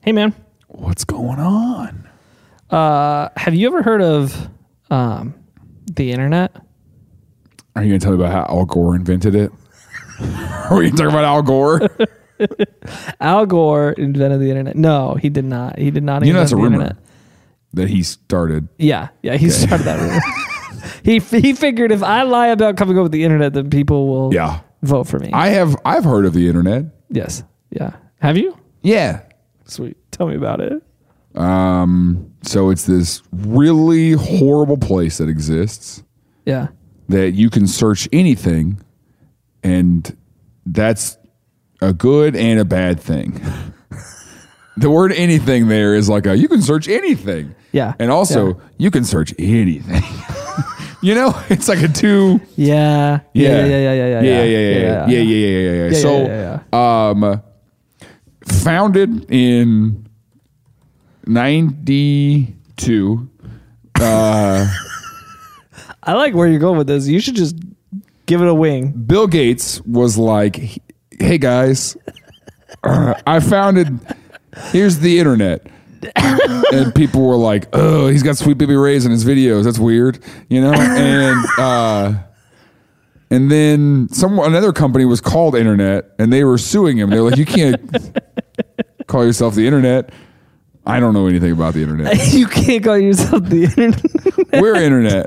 Hey, man. What's going on? Uh, have you ever heard of um, the internet? Are you going to tell me about how Al Gore invented it? Are we going to talk about Al Gore? Al Gore invented the internet. No, he did not. He did not. You know, that's a invent the rumor internet. that he started. Yeah, yeah. He started that rumor. he he figured if I lie about coming up with the internet, then people will Yeah. vote for me. I have I've heard of the internet. yes. Yeah. Have you? Yeah. Sweet. Tell me about it. Um so it's this really horrible place that exists Yeah. that you can search anything and that's a good and a bad thing. the word anything there is like a you can search anything. Yeah. And also you can search anything. you know, it's like a two Yeah. Yeah. Yeah. Yeah. Yeah. yeah, yeah, yeah, yeah, yeah, yeah, yeah, yeah, yeah. yeah, So, yeah, um, founded in '92. I like where you're going with this. You should just give it a wing. Bill Gates was like, "Hey guys, uh, I founded. Here's the internet." and people were like, "Oh, he's got Sweet Baby Ray's in his videos. That's weird," you know. And uh, and then some another company was called Internet, and they were suing him. They're like, "You can't call yourself the Internet." I don't know anything about the Internet. you can't call yourself the internet. We're Internet.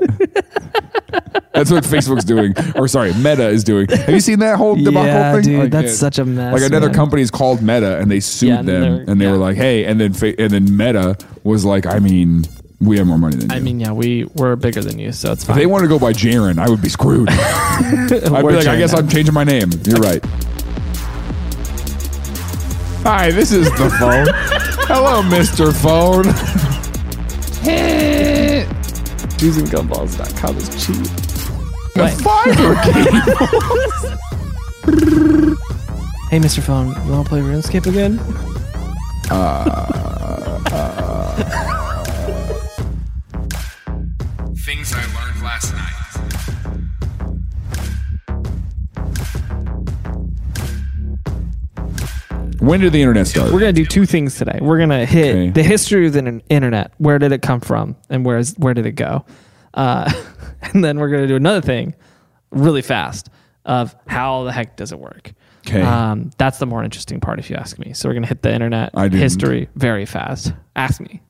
That's what Facebook's doing, or sorry, Meta is doing. Have you seen that whole debacle yeah, thing? dude. Like, that's yeah. such a mess. like another man. company's called Meta and they sued Yeah, and them they're- and they yeah. were like, hey, and then fa- and then Meta was like, I mean, we have more money than you. I mean, yeah, we we're bigger than you, so it's if fine. they wanted to go by Jaren, I would be screwed. I'd be like, I guess I'm changing my name. You're right. Hi, this is the phone. Hello, Mr. Phone. JewsandGumballs.com is cheap. The fiber came. Hey, Mr. Phone, you want to play RuneScape again? Things I learned last night. When did the internet start? We're gonna do two things today. We're gonna hit Okay. the history of the in- internet. Where did it come from, and where is where did it go? Uh, and then we're gonna do another thing, really fast, of how the heck does it work? 'Kay. Um, that's the more interesting part, if you ask me. So we're gonna hit the internet I didn't. history very fast. Ask me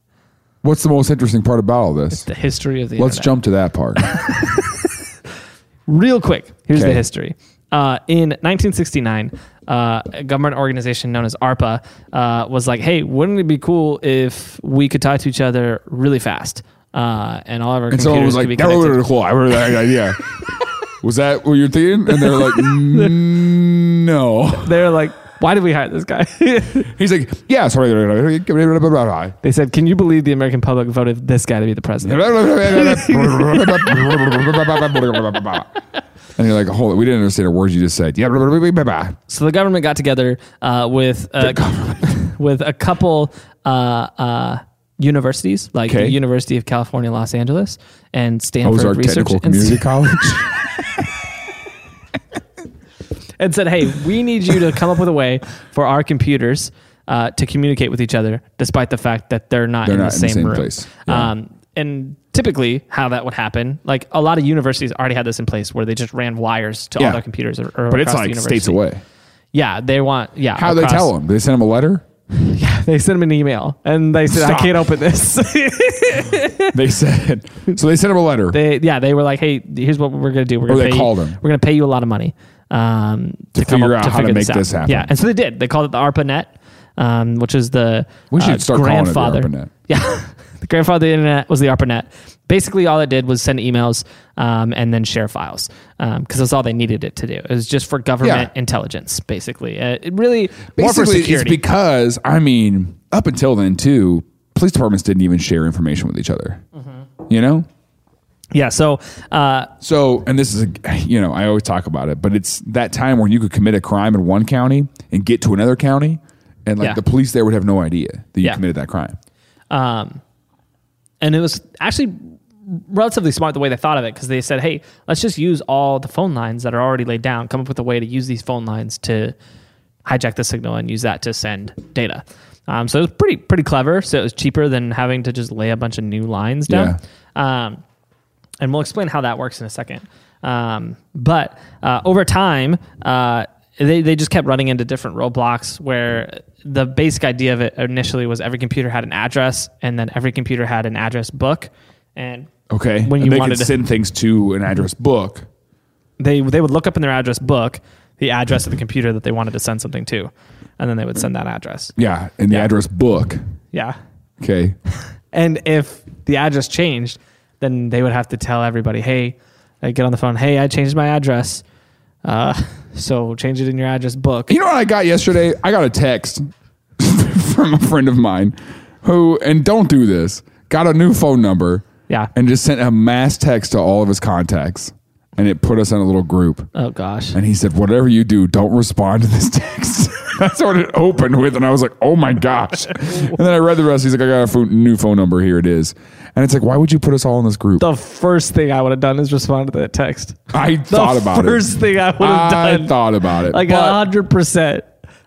What's the most interesting part about all this? the history of the. Let's internet. jump to that part. real quick here's the Okay. history uh, in 1969 uh, a government organization known as arpa uh, was like hey wouldn't it be cool if we could talk to each other really fast uh, and all of our And computers someone was could be like, that would have connected been cool. I remember that idea. was that what you're thinking? And they're like, "Mm, no. they're like why did we hire this guy He's like, yeah, sorry. they said can you believe the american public voted this guy to be the president And you're like, hold it. We didn't understand a word you just said. Yeah. so the government got together uh, with a, with a couple uh, uh, universities like Okay. Oh, the university of california los angeles and stanford Ozark research Technical Institute. Community College. and said, "Hey, we need you to come up with a way for our computers uh, to communicate with each other, despite the fact that they're not, They're in, not the same room." place. Yeah. Um, and typically, how that would happen, like a lot of universities already had this in place, where they just ran wires to Yeah. all their computers, or, or But it's across the like university. states away. Yeah, they want. Yeah, How they across- tell them? They send them a letter? They sent them an email, and they said, Stop. "I can't open this." They said. So they sent them a letter. they, yeah, they were like, "Hey, here's what we're gonna do. We're gonna Oh, they pay called you, them. We're gonna pay you a lot of money um, to, figure out how to figure make this happen. Yeah, and so they did. They called it the ARPANET, um, which is the We should uh, start calling it the grandfather. ARPANET. Yeah, the grandfather of the internet was the ARPANET. Basically, all it did was send emails um, and then share files because that's all they needed it to do. It was just for government Yeah. intelligence, basically. Uh, it really more for Basically, it's security. because, I mean, up until then, too, police departments didn't even share information with each other. Mm-hmm. You know? yeah. So uh, So, and this is, a, you know, I always talk about it, but it's that time when you could commit a crime in one county and get to another county, and like Yeah. the police there would have no idea that you Yeah. committed that crime. Um, and it was actually relatively smart the way they thought of it because they said, "Hey, let's just use all the phone lines that are already laid down. Come up with a way to use these phone lines to hijack the signal and use that to send data." Um, so it was pretty pretty clever. So it was cheaper than having to just lay a bunch of new lines down. Um, and we'll explain how that works in a second. Um, but uh, over time, uh, they, they just kept running into different roadblocks where the basic idea of it initially was every computer had an address, and then every computer had an address book. And Okay. When And you they wanted could to- send things to an address book. they they would look up in their address book the address of the computer that they wanted to send something to, and then they would send that address. Yeah, in the address book. Yeah. Okay. And if the address changed, then they would have to tell everybody, hey, like get on the phone, hey, I changed my address. Uh, so change it in your address book. You know what I got yesterday? I got a text from a friend of mine who, and don't do this, got a new phone number Yeah. and just sent a mass text to all of his contacts. And it put us in a little group. Oh gosh. And he said, Whatever you do, don't respond to this text. That's what it opened with. And I was like, Oh my gosh. and then I read the rest. He's like, I got a pho- new phone number. Here it is. And it's like, Why would you put us all in this group? The first thing I would have done is respond to that text. I The thought about first it. thing I would have I done. thought about it. like but- a hundred percent.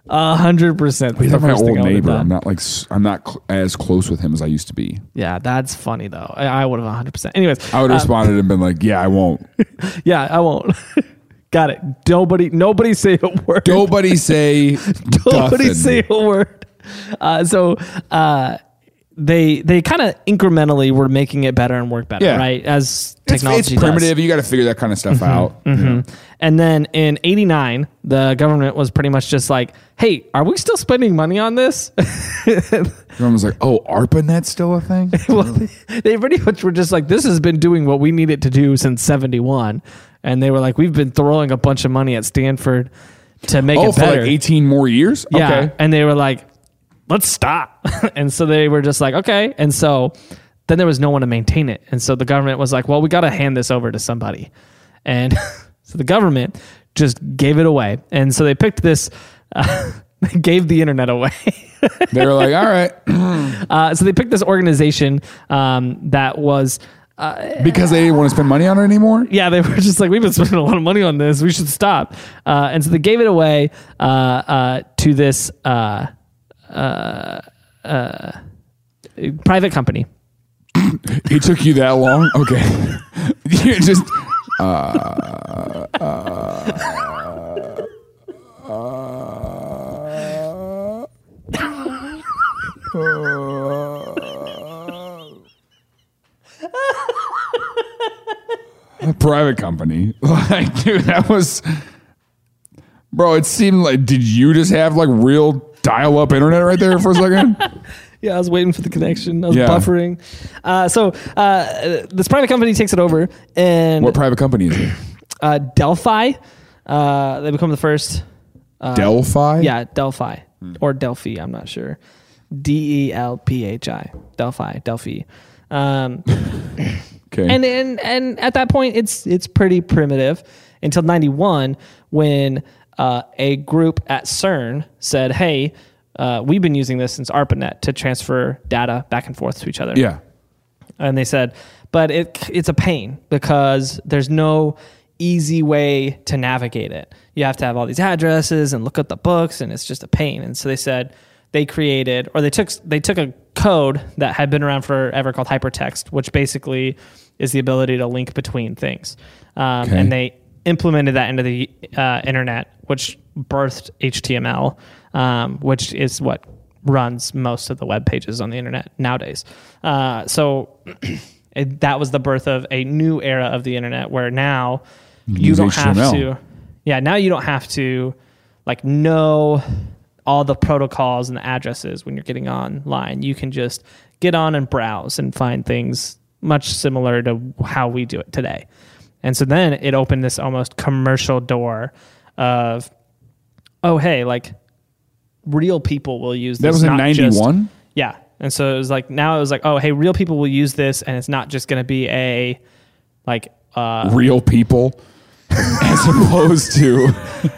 A hundred percent. He's the like my first thing old I would've neighbor. done. I'm not like s- I'm not cl- as close with him as I used to be. Yeah, that's funny though. I, I would have hundred percent. Anyways, uh, I would have responded and been like, "Yeah, I won't." yeah, I won't. Got it. Nobody, nobody say a word. Nobody say. Nobody nothing. say a word. Uh, so uh, they they kind of incrementally were making it better and work better, Yeah. right? As It's, technology it's does. Mm-hmm. primitive. You got to figure that kind of stuff out. And then in 89, the government was pretty much just like, hey, are we still spending money on this? Everyone's like, "Oh, ARPANET's still a thing." well, they pretty much were just like, this has been doing what we need it to do since 71. And they were like, we've been throwing a bunch of money at Stanford to make oh, it for better. like 18 more years. Yeah. Okay. And they were like, let's stop. and so they were just like, okay. And so then there was no one to maintain it. And so the government was like, well, we got to hand this over to somebody. And so the government just gave it away. And so they picked this, uh, they gave the internet away. They were like, "All right," Uh, so they picked this organization um, that was. because they didn't want to spend money on it anymore. yeah, they were just like, we've been spending a lot of money on this. We should stop. Uh, and so they gave it away uh, uh, to this uh, uh, uh, private company. It took you that long. Okay. you just. Uh, uh, uh, a private company. Like, dude, that was. Bro, it seemed like. Did you just have like real dial up internet right there for a second? Yeah, I was waiting for the connection. I was Yeah. buffering. Uh, so uh, this private company takes it over, and what private company is it? uh, Delphi, uh, they become the first. Delphi? Uh, Yeah, Delphi Hmm. or Delphi. I'm not sure. D E L P H I. Delphi. Delphi. Um, Okay. and and and at that point it's it's pretty primitive until 91 when uh, a group at CERN said hey uh, we've been using this since ARPANET to transfer data back and forth to each other yeah. and they said but it it's a pain because there's no easy way to navigate it you have to have all these addresses and look up the books and it's just a pain and so they said they created or they took they took a code that had been around forever called hypertext which basically is the ability to link between things um, Okay. and they implemented that into the uh, internet which birthed html um, which is what runs most of the web pages on the internet nowadays uh, so it, that was the birth of a new era of the internet where now you use don't have HTML. to yeah now you don't have to like know all the protocols and the addresses when you're getting online you can just get on and browse and find things much similar to how we do it today and so then it opened this almost commercial door of oh hey like real people will use this That was in not just- 91? yeah. And so it was like now it was like, oh hey, real people will use this and it's not just gonna be a like uh real people as opposed to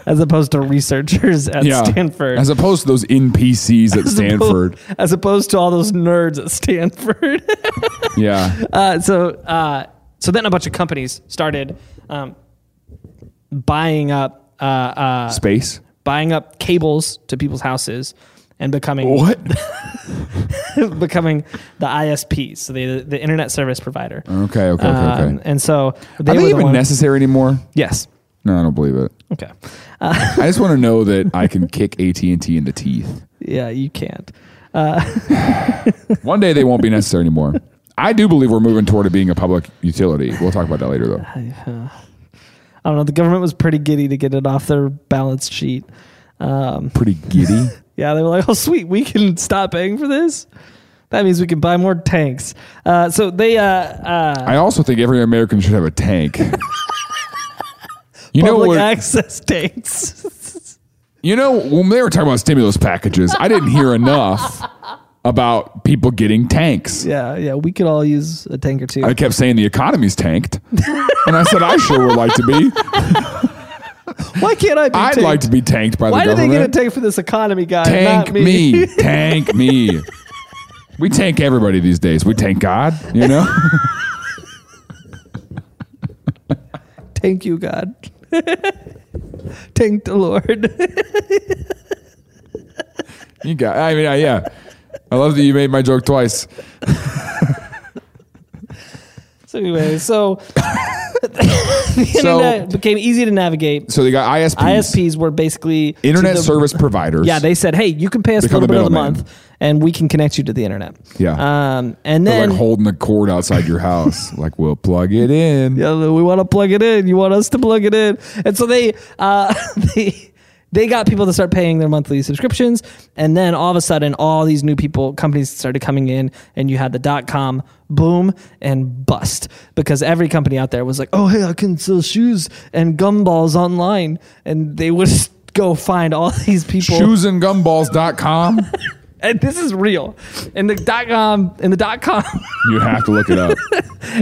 as opposed to researchers at yeah, Stanford. as opposed to those NPCs at As oppo- Stanford. as opposed to all those nerds at Stanford. Yeah, uh, so uh, so then a bunch of companies started um, buying up uh, uh, space. buying up cables to people's houses and becoming What? becoming the ISP, so the the internet service provider. Okay, okay, okay, okay. Um, and so they Are were they the even one- necessary anymore? Yes. No, I don't believe it. Okay. I just want to know that I can kick AT and T in the teeth. Yeah, you can't. One day they won't be necessary anymore. I do believe we're moving toward it being a public utility. We'll talk about that later, though. uh, I don't know. The government was pretty giddy to get it off their balance sheet. Um, Pretty giddy. yeah, they were like, "Oh, sweet, we can stop paying for this. That means we can buy more tanks." Uh, so they, uh, uh, I also think every American should have a tank. You know public what? access tanks. You know when they were talking about stimulus packages, I didn't hear enough about people getting tanks. yeah, yeah, we could all use a tank or two. I kept saying the economy's tanked, and I said I sure would like to be. Why can't I? Be I'd tanked? like to be tanked by Why the do they government. get a tank for this economy guy? tank not me. me. tank me we tank everybody these days we tank god you know Thank you, God. Thank the Lord. you got i mean I, yeah i love that you made my joke twice so anyway, so the So- internet became easy to navigate. so they got isps, ISPs were basically to internet the- service providers Yeah, they said, "Hey, you can pay us a Become little the bit of the middleman. month, and we can connect you to the internet." Yeah. Um, and They're then like holding the cord outside your house like we'll plug it in Yeah, we want to plug it in. You want us to plug it in, and so they uh, they they got people to start paying their monthly subscriptions, and then all of a sudden, all these new people companies started coming in, and you had the dot com boom and bust because every company out there was like, oh hey, I can sell shoes and gumballs online, and they would go find all these people shoesandgumballs.com and this is real and the dot com and the dot com you have to look it up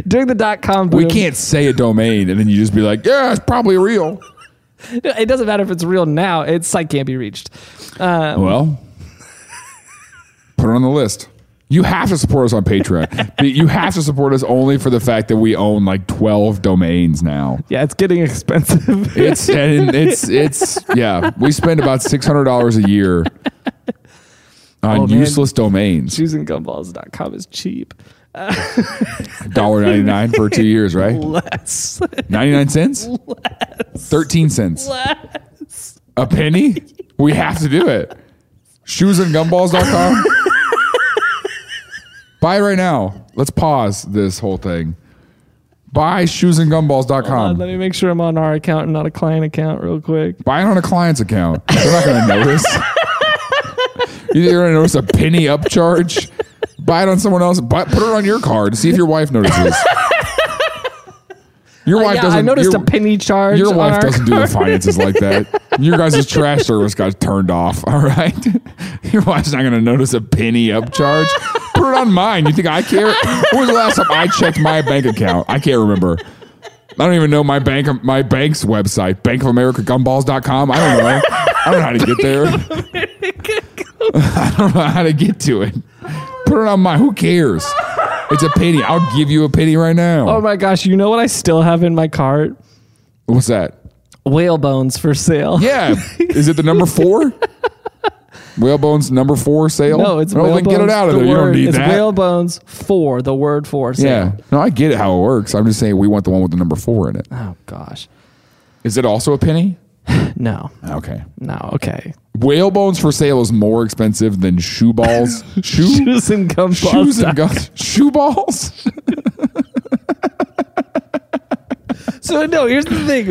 during the dot com boom, we can't say a domain and then you just be like yeah it's probably real it doesn't matter if it's real now its site can't be reached Well, put it on the list. You have to support us on Patreon. But you have to support us only for the fact that we own like twelve domains now. Yeah, it's getting expensive. It's and it's it's yeah. We spend about six hundred dollars a year on Oh, man. useless domains. Choosinggunballs.com is cheap. Dollar ninety nine for two years, right? Less. Ninety nine cents, thirteen cents, a penny. We have to do it. Shoesandgumballs.com. Buy right now. Let's pause this whole thing. Buy Uh, let shoesandgumballs.com. me make sure I'm on our account and not a client account real quick. Buy it on a client's account. They're not going to notice. You're going to notice a penny upcharge. Buy it on someone else. Buy, put it on your card. See if your wife notices. Your Uh, wife Yeah, doesn't. I noticed your- a penny charge. Your on wife our doesn't do the card. finances like that. Your guys' trash service got turned off. All right. Your wife's not going to notice a penny upcharge. Put it on mine. You think I care? When was the last time I checked my bank account? I can't remember. I don't even know my bank my bank's website, Bank of America Gumballs.com. I don't know. I don't know how to get there. I don't know how to get to it. Put it on mine. Who cares? It's a penny. I'll give you a penny right now. Oh my gosh, you know what I still have in my cart? What's that? Whale bones for sale. Yeah. Is it the number four? Whalebone's number four sale? No, it's well, whale Oh, then bones. get it out of the there. You don't word- need it's that. whale bones for the word for sale. yeah. No, I get it how it works. I'm just saying we want the one with the number four in it. Oh gosh. Is it also a penny? No. Okay. No. Okay. Whalebones for sale is more expensive than shoe balls. Shoe Shoes and gumballs. shoes and guns. Shoe balls? So no, here's the thing.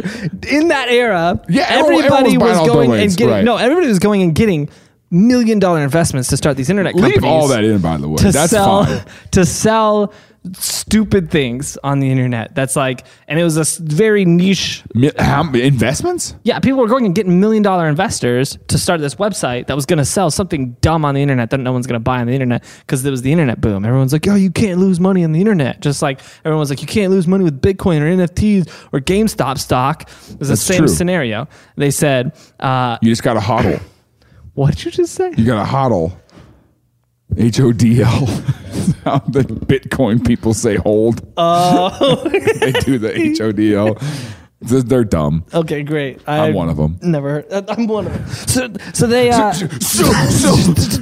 In that era, Yeah, everybody everyone- everyone was was buying all going domains, and getting right. no, everybody was going and getting million dollar investments to start these internet companies. Leave all that in, by the way. to That's sell fine. to sell stupid things on the internet. That's like, and it was a s- very niche. Mi- How, investments? Yeah, people were going and getting million dollar investors to start this website that was going to sell something dumb on the internet that no one's going to buy on the internet because there was the internet boom. Everyone's like, "Oh, you can't lose money on the internet." Just like everyone was like, "You can't lose money with Bitcoin or NFTs or GameStop stock." It was the That's same true. scenario. They said, uh, You just got to hodl. "What did you just say?" You got to hodl. H O D L. How the Bitcoin people say hold. Oh. they do the H O D L. They're- They're dumb. Okay, great. I I'm one of them. Never heard. uh, I'm one of them. So, so they uh, it's So, so,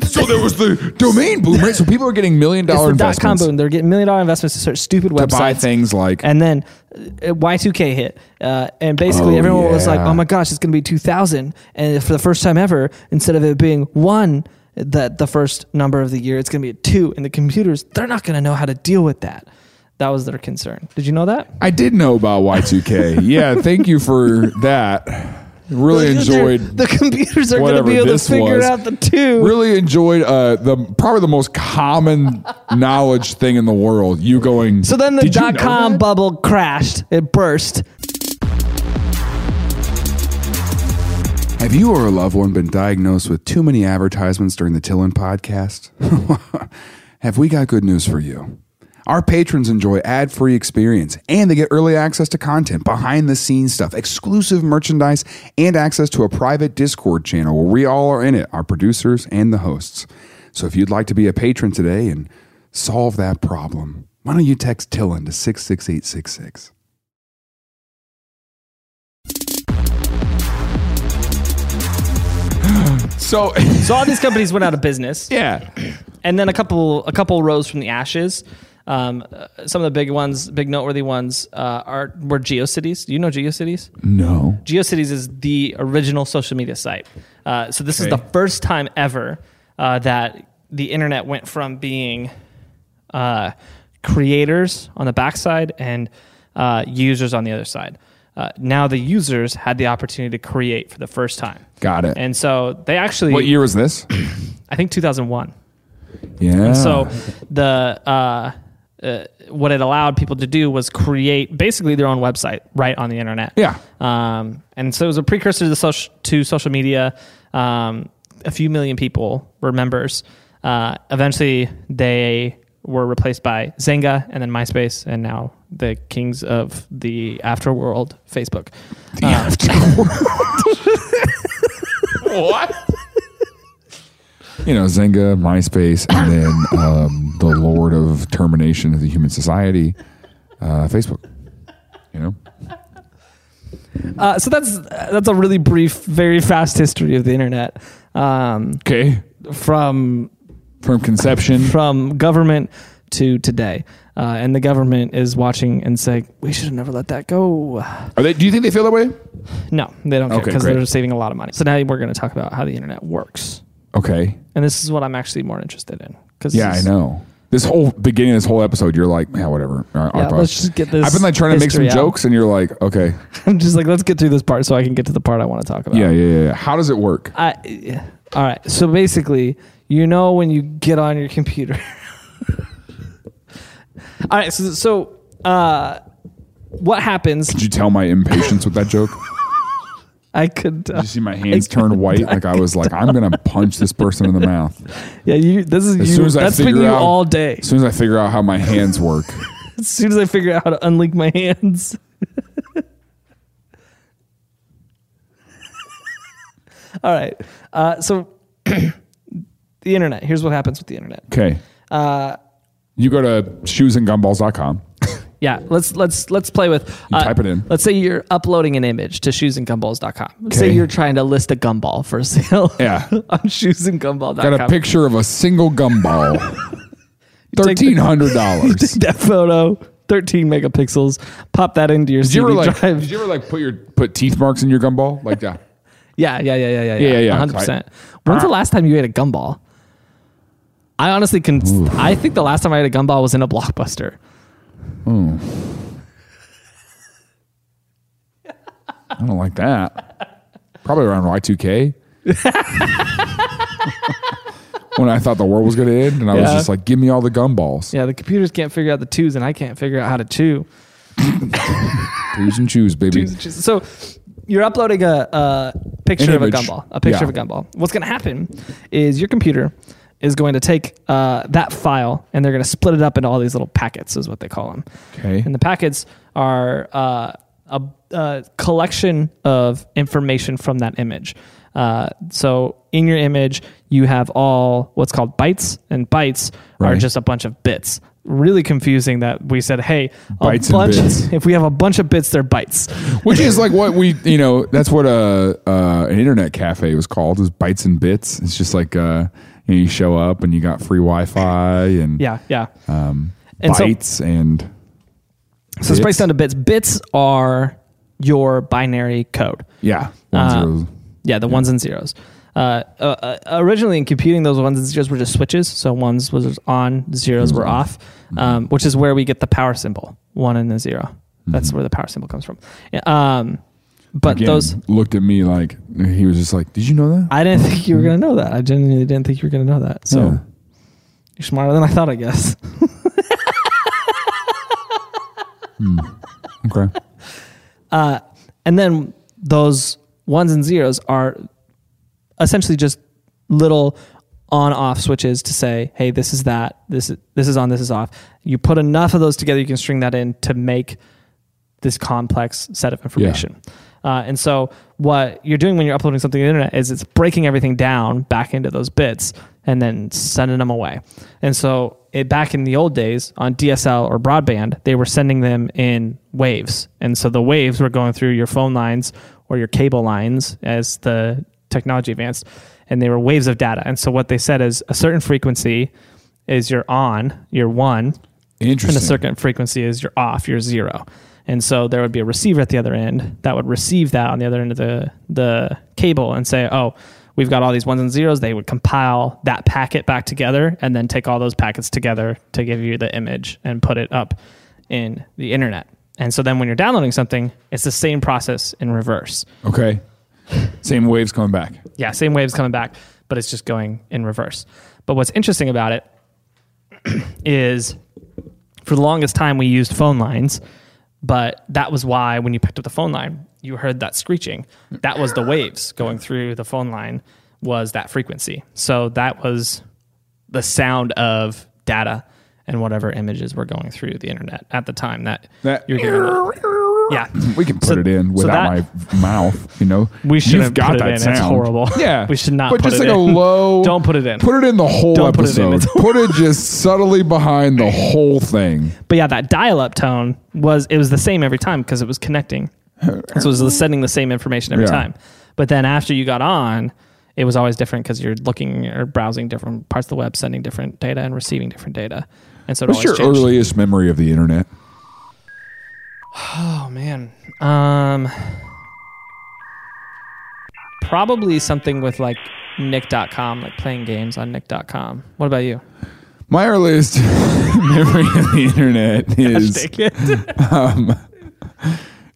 so there was the domain boom, right? So people are getting million dollar the dot com investments boom. They're getting million dollar investments to start stupid to buy websites. things like and then uh, Y2K hit, uh, and basically Oh, everyone was like, yeah. "Oh my gosh, it's going to be 2,000!" And for the first time ever, instead of it being one, that the first number of the year, it's going to be a two. And the computers, they're not going to know how to deal with that. That was their concern. Did you know that? I did know about Y2K. yeah, thank you for that. Really enjoyed The computers are going to whatever be able to this figure was. out the two. really enjoyed uh, the probably the most common knowledge thing in the world. You going So then the "Did you dot know com that?" bubble crashed. It burst. Have you or a loved one been diagnosed with too many advertisements during the Tillin podcast? Have we got good news for you? Our patrons enjoy ad free experience and they get early access to content, behind the scenes stuff, exclusive merchandise, and access to a private Discord channel where we all are in it our producers and the hosts. So if you'd like to be a patron today and solve that problem, why don't you text Tillin to 66866? So, So all these companies went out of business. yeah. and then a couple a couple rose from the ashes. Um, uh, some of the big ones, big noteworthy ones, uh, are were GeoCities. Do you know GeoCities? No. GeoCities is the original social media site. Uh, so this is the first time ever uh, that the internet went from being uh, creators on the backside and uh, users on the other side. Uh, now the users had the opportunity to create for the first time, Got it. and so they actually, What year was this? I think, two thousand one. Yeah. So the uh, uh, what it allowed people to do was create basically their own website right on the internet. Yeah. Um, and so it was a precursor to the social to social media. Um, a few million people were members. Uh, eventually, they were replaced by Zynga and then MySpace, and now the kings of the afterworld, Facebook. Um, what? You know, Zynga, MySpace, and then um, the Lord of Termination of the Human Society, uh, Facebook. You know, Uh, so that's that's a really brief, very fast history of the internet um, okay, from from conception. from government to today. Uh, and the government is watching and saying, we should have never let that go. Are they? Do you think they feel that way? No, they don't care Okay, because great. they're saving a lot of money. So now we're going to talk about how the internet works. Okay. And this is what I'm actually more interested in. Cause Yeah, I this- know. This whole beginning, of this whole episode, you're like, yeah, whatever. All right, I'll Yeah, probably- let's just get this. I've been like trying to make some history out. jokes, and you're like, okay, I'm just like, let's get through this part so I can get to the part I want to talk about. yeah, yeah, yeah. yeah. How does it work? I, yeah. all right. So basically, you know when you get on your computer. all right. So, so uh, what happens? Did you tell my impatience with that joke? I could. uh, Did you see my hands turn white? Like I was like, I'm gonna punch this person in the mouth. Yeah, you. This is As you. soon as I That's been figure you out- all day. As soon as I figure out how my hands work, As soon as I figure out how to unlink my hands. all right. Uh, so the internet. Here's what happens with the internet. okay. Uh, you go to shoesandgumballs.com. Yeah. Let's let's let's play with. uh, type it in. Let's say you're uploading an image to shoesandgumballs.com. Let's say Okay. you're trying to list a gumball for sale. Yeah. on shoesandgumball.com. Got a picture of a single gumball. take the- Thirteen hundred dollars. That photo. 13 megapixels. Pop that into your Did you CD ever like? drive. Did you ever like put your put teeth marks in your gumball? Like that? Yeah, yeah, yeah, yeah, yeah, Yeah, yeah, yeah. 100%. When's the last time you ate a gumball? I honestly can. I think the last time I ate a gumball was in a blockbuster. I don't like that. Probably around Y two K. When I thought the world was gonna end, and I was Yeah. just like, "Give me all the gumballs, Yeah, the computers can't figure out the twos, and I can't figure out how to chew. choose and choose, baby." So you're uploading a, a picture of a image. gumball, a picture Yeah. of a gumball. What's going to happen is your computer is going to take uh, that file and they're going to split it up into all these little packets, is what they call them. Okay. And the packets are uh, a, a collection of information from that image. Uh, so in your image, you have all what's called bytes, and bytes are Right. just a bunch of bits. really confusing that we said, hey, a Bytes and bunch, bits. if we have a bunch of bits, they're bytes. Which is like what we, you know, that's what uh, uh, an internet cafe was called, is Bites and Bits. It's just like uh, you, know, you show up and you got free Wi Fi and Yeah, yeah. um, And so- bites and. So it's breaks bits. down to bits. Bits are your binary code. Yeah. One Uh, zeros. Yeah, the ones and zeros. Uh, uh, uh, originally in computing, those ones and zeros were just switches. So ones was on, zeros were off, Mm-hmm. um, which is where we get the power symbol, one and a zero. That's where the power symbol comes from. Yeah, Um, but Mm-hmm. Again, those, looked at me like he was just like, "Did you know that?" I didn't think you were going to know that. I genuinely didn't think you were going to know that. So Yeah. you're smarter than I thought, I guess. okay. and then those ones and zeros are essentially just little on off switches to say hey this is that this is this is on this is off you put enough of those together you can string that in to make this complex set of information uh, and so what you're doing when you're uploading something to the internet is it's breaking everything down back into those bits and then sending them away and so it, back in the old days on dsl or broadband they were sending them in waves and so the waves were going through your phone lines or your cable lines as the technology advanced and they were waves of data and so what they said is a certain frequency is your on your one and Interesting. a certain frequency is you're off, you're zero. And so there would be a receiver at the other end that would receive that on the other end of the, the cable and say, oh, we've got all these ones and zeros. They would compile that packet back together and then take all those packets together to give you the image and put it up in the internet. And so then when you're downloading something, it's the same process in reverse. okay. Same waves coming back. Yeah, same waves coming back, but it's just going in reverse. But what's interesting about it is for the longest time we used phone lines, but that was why when you picked up the phone line, you heard that screeching. That was the waves going through the phone line was that frequency. So that was the sound of data and whatever images were going through the internet at the time that, That- you're hearing. Yeah. We can put So- it in so without my mouth. You know, We You've shouldn't put it in. It's horrible. Yeah, We should not But put just it like in. a low. Don't put it in. Put it in the whole Don't put it in. episode. It's Put it just subtly behind the whole thing. but yeah, that dial-up tone was it was the same every time because it was connecting. so it was sending the same information every Yeah. time. But then after you got on, it was always different because you're looking or browsing different parts of the web, sending different data and receiving different data. And so it What's your always changed. earliest memory of the internet? Oh man. Um probably something with like nick.com like playing games on nick.com. What about you? My earliest memory of the internet is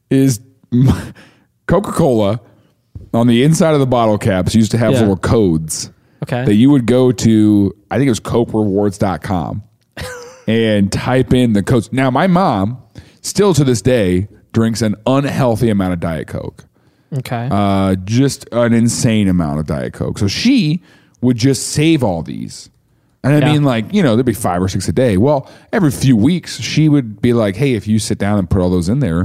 is Coca Cola on the inside of the bottle caps used to have Yeah. little codes. okay. that you would go to i think it was coperewards.com and type in the codes now my mom still to this day drinks an unhealthy amount of diet coke okay. uh, just an insane amount of diet coke so she would just save all these and i Yeah. mean like you know there'd be five or six a day well every few weeks she would be like hey if you sit down and put all those in there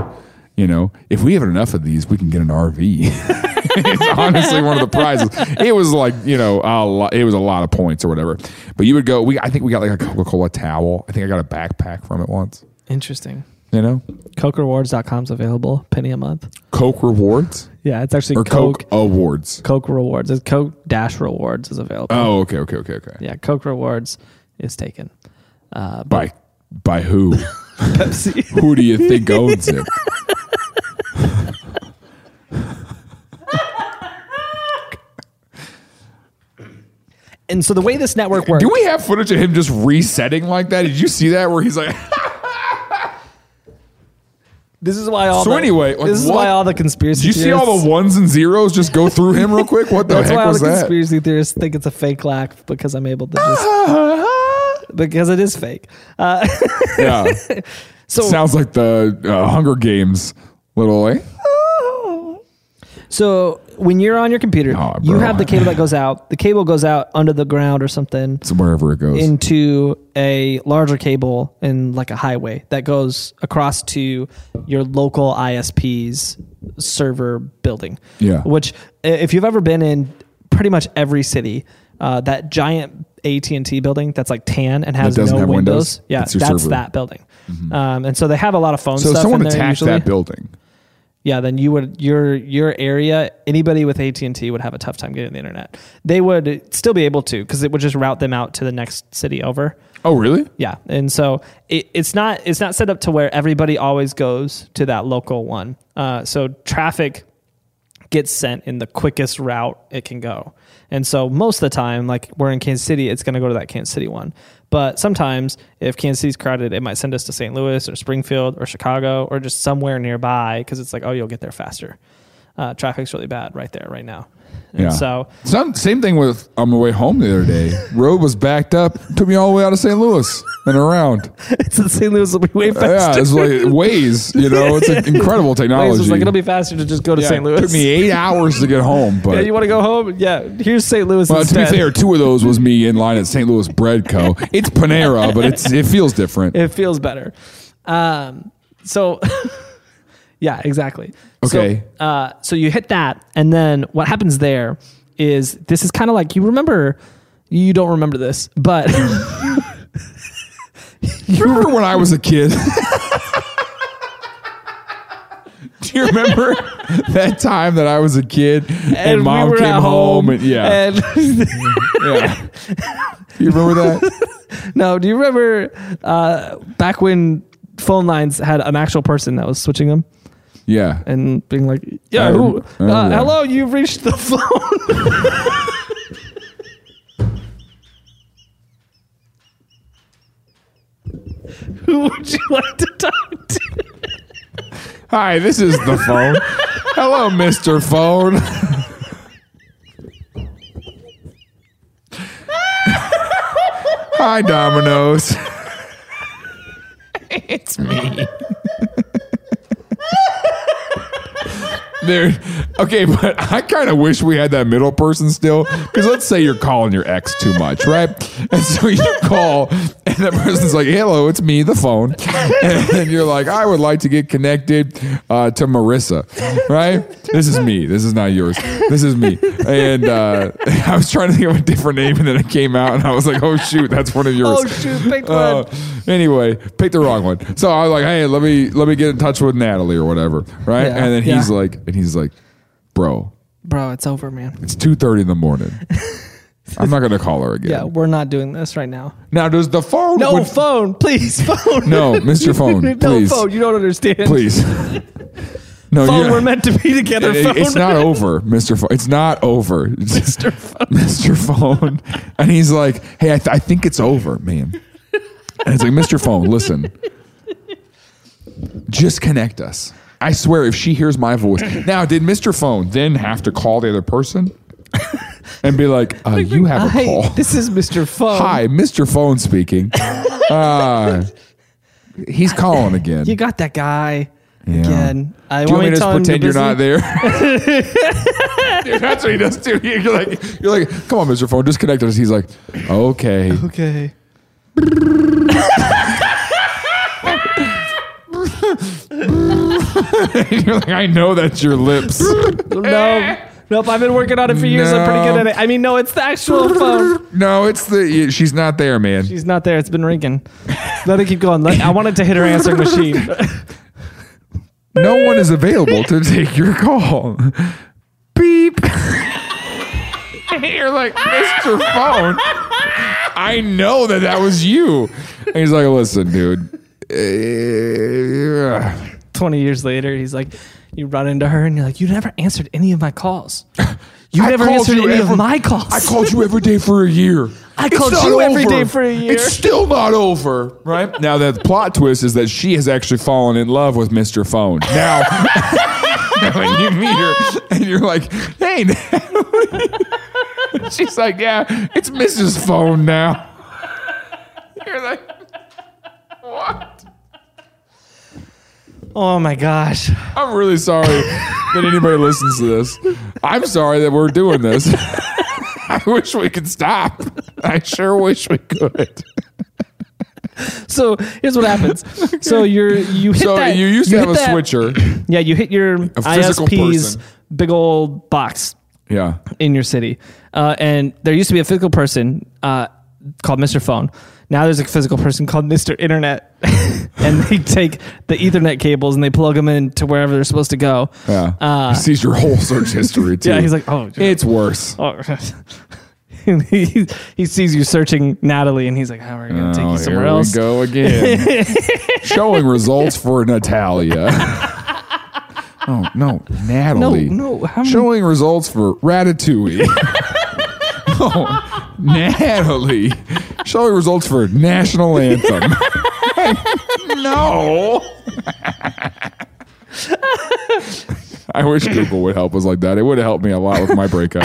you know if we have enough of these we can get an rv it's honestly one of the prizes. It was like you know a lot, it was a lot of points or whatever. But you would go. We I think we got like a Coca Cola towel. I think I got a backpack from it once. Interesting. You know, CokeRewards.com's available, penny a month. Coke rewards Yeah, it's actually or Coke Coke, awards. Coke Rewards. It's Coke Dash Rewards is available. Oh, okay, okay, okay, okay. Yeah, Coke Rewards is taken. Uh, but By by who? Pepsi. who do you think owns it? and so the way this network works, Do we have footage of him just resetting like that? Did you see that where he's like, this is why all So the, anyway, like, this is what- why all the conspiracy. did you see all theorists- the ones and zeros just go through him real quick? What the That's why heck all was the that? conspiracy theorists think it's a fake laugh because I'm able to just because it is fake. yeah, So sounds like the uh, Hunger Games little. Eh? so when you're on your computer, Oh, you bro. have the cable that goes out. The cable goes out under the ground or something. It's wherever it goes. into a larger cable in like a highway that goes across to your local ISP's server building. Yeah. Which, i- if you've ever been in pretty much every city, uh, that giant AT&T building that's like tan and has doesn't no have windows. windows? Yeah, That's that's, your server. Mm-hmm. that building. Um, and so they have a lot of phone So if stuff someone in there attacked usually. that building. yeah, then you would your your area anybody with AT and T would have a tough time getting the internet. They would still be able to because it would just route them out to the next city over. Oh, really? Yeah, and so it, it's not it's not set up to where everybody always goes to that local one. Uh, so traffic gets sent in the quickest route it can go, and so most of the time, like we're in Kansas City, it's going to go to that Kansas City one. But sometimes, if Kansas City's crowded, it might send us to St. Louis or Springfield or Chicago or just somewhere nearby because it's like, oh, you'll get there faster. Uh, traffic's really bad right there right now, and Yeah. so Some, same thing with on my way home the other day. Road was backed up. Took me all the way out of St. Louis and around. it's the St. Louis will be way Uh, Yeah, faster. it's like ways. You know, it's like incredible technology. Waze was like, it'll be faster to just go to Yeah, St. Louis. It took me eight hours to get home, but Yeah, you want to go home? Yeah, here's St. Louis Well, to instead. be fair, two of those was me in line at St. Louis Bread Co. It's Panera, but it's it feels different. It feels better. Um, so, yeah, exactly. So, Okay. uh, so you hit that, and then what happens there is this is kind of like you remember. You don't remember this, but you remember when I was a kid? Do you remember that time that I was a kid and, we mom were came at home, and yeah, and- yeah. You remember that? no, do you remember uh, back when phone lines had an actual person that was switching them? Yeah. and being like, "Yeah, I oh, rem- who, I remember uh, that. hello, you've reached the phone." who would you like to talk to? Hi, this is the phone. Hello, Mr. Phone. Hi, Domino's. It's me. There. Okay, but I kind of wish we had that middle person still, because let's say you're calling your ex too much, right? And so you call, and that person's like, "Hello, it's me, the phone," and you're like, "I would like to get connected uh, to Marissa," right? This is me. This is not yours. This is me. And uh, I was trying to think of a different name, and then it came out, and I was like, "Oh shoot, that's one of yours." Oh shoot, big Uh, one. anyway, picked the wrong one. So I was like, "Hey, let me let me get in touch with Natalie or whatever," right? Yeah. and then he's Yeah. like, and he's like, "Bro, Bro, it's over, man. it's two thirty in the morning. I'm not gonna call her again." Yeah, we're not doing this right now. Now does the phone? No would- phone, please phone. No, Mr. Phone, no please. phone. You don't understand. please. no, phone. you're- We're meant to be together. it- phone. it's not over, Mr. Phone. It's not over. Mr. Phone. Mr. Phone. And he's like, hey, I, th- I think it's over, man. And it's like, Mr. Phone, listen, just connect us. I swear, if she hears my voice. Now, did Mr. Phone then have to call the other person and be like, uh, you have a Hi, call? this is Mr. Phone. Hi, Mr. Phone speaking. Uh, he's calling again. You got that guy Yeah. again. I Do you want want me me to just tell him pretend you're busy? not there? Dude, that's what he does too. You're like, you're like, come on, Mr. Phone, just connect us. He's like, okay. Okay. you're like, I know that's your lips. No. Nope, I've been working on it for years. I'm pretty good No. at it. I mean, no, it's the actual phone. no, it's the yeah, she's not there, man. She's not there. It's been ringing. Let it keep going. Let, I wanted to hit her answering machine. no one is available to take your call. Beep. You're like, Mr. Phone, I know that that was you. And he's like, listen, dude. eh, 20 years later, he's like, you run into her and you're like, you never answered any of my calls. You I never called answered you any every- of my calls. I called you every day for a year. I It's called not you every over. day for a year. It's still not over, right? Now the plot twist is that she has actually fallen in love with Mr. Phone. Now, when you meet her and you're like, "Hey," Natalie." she's like, "Yeah, it's Mrs. Phone now." You're like, "What?" oh my gosh. I'm really sorry that anybody listens to this. I'm sorry that we're doing this. I wish we could stop. I sure wish we could. So here's what happens. So you're, you hit So that. you used to hit have a that- switcher. Yeah, you hit your physical ISP's person. big old box. Yeah. in your city. Uh, and there used to be a physical person uh, called Mr. Phone. Now there's a physical person called Mr. Internet, and they take the Ethernet cables and they plug them in to wherever they're supposed to go. Yeah. Uh, he sees your whole search history too. yeah, he's like, oh, it's worse. oh. And he, he sees you searching Natalie, and he's like, "How are we gonna take Oh, you somewhere here else?" we go again. Showing results for Natalia. oh no, Natalie. No, no, how many- Showing results for Ratatouille. oh, Natalie. Showing results for national anthem. no. I wish Google would help us like that. It would have helped me a lot with my breakup.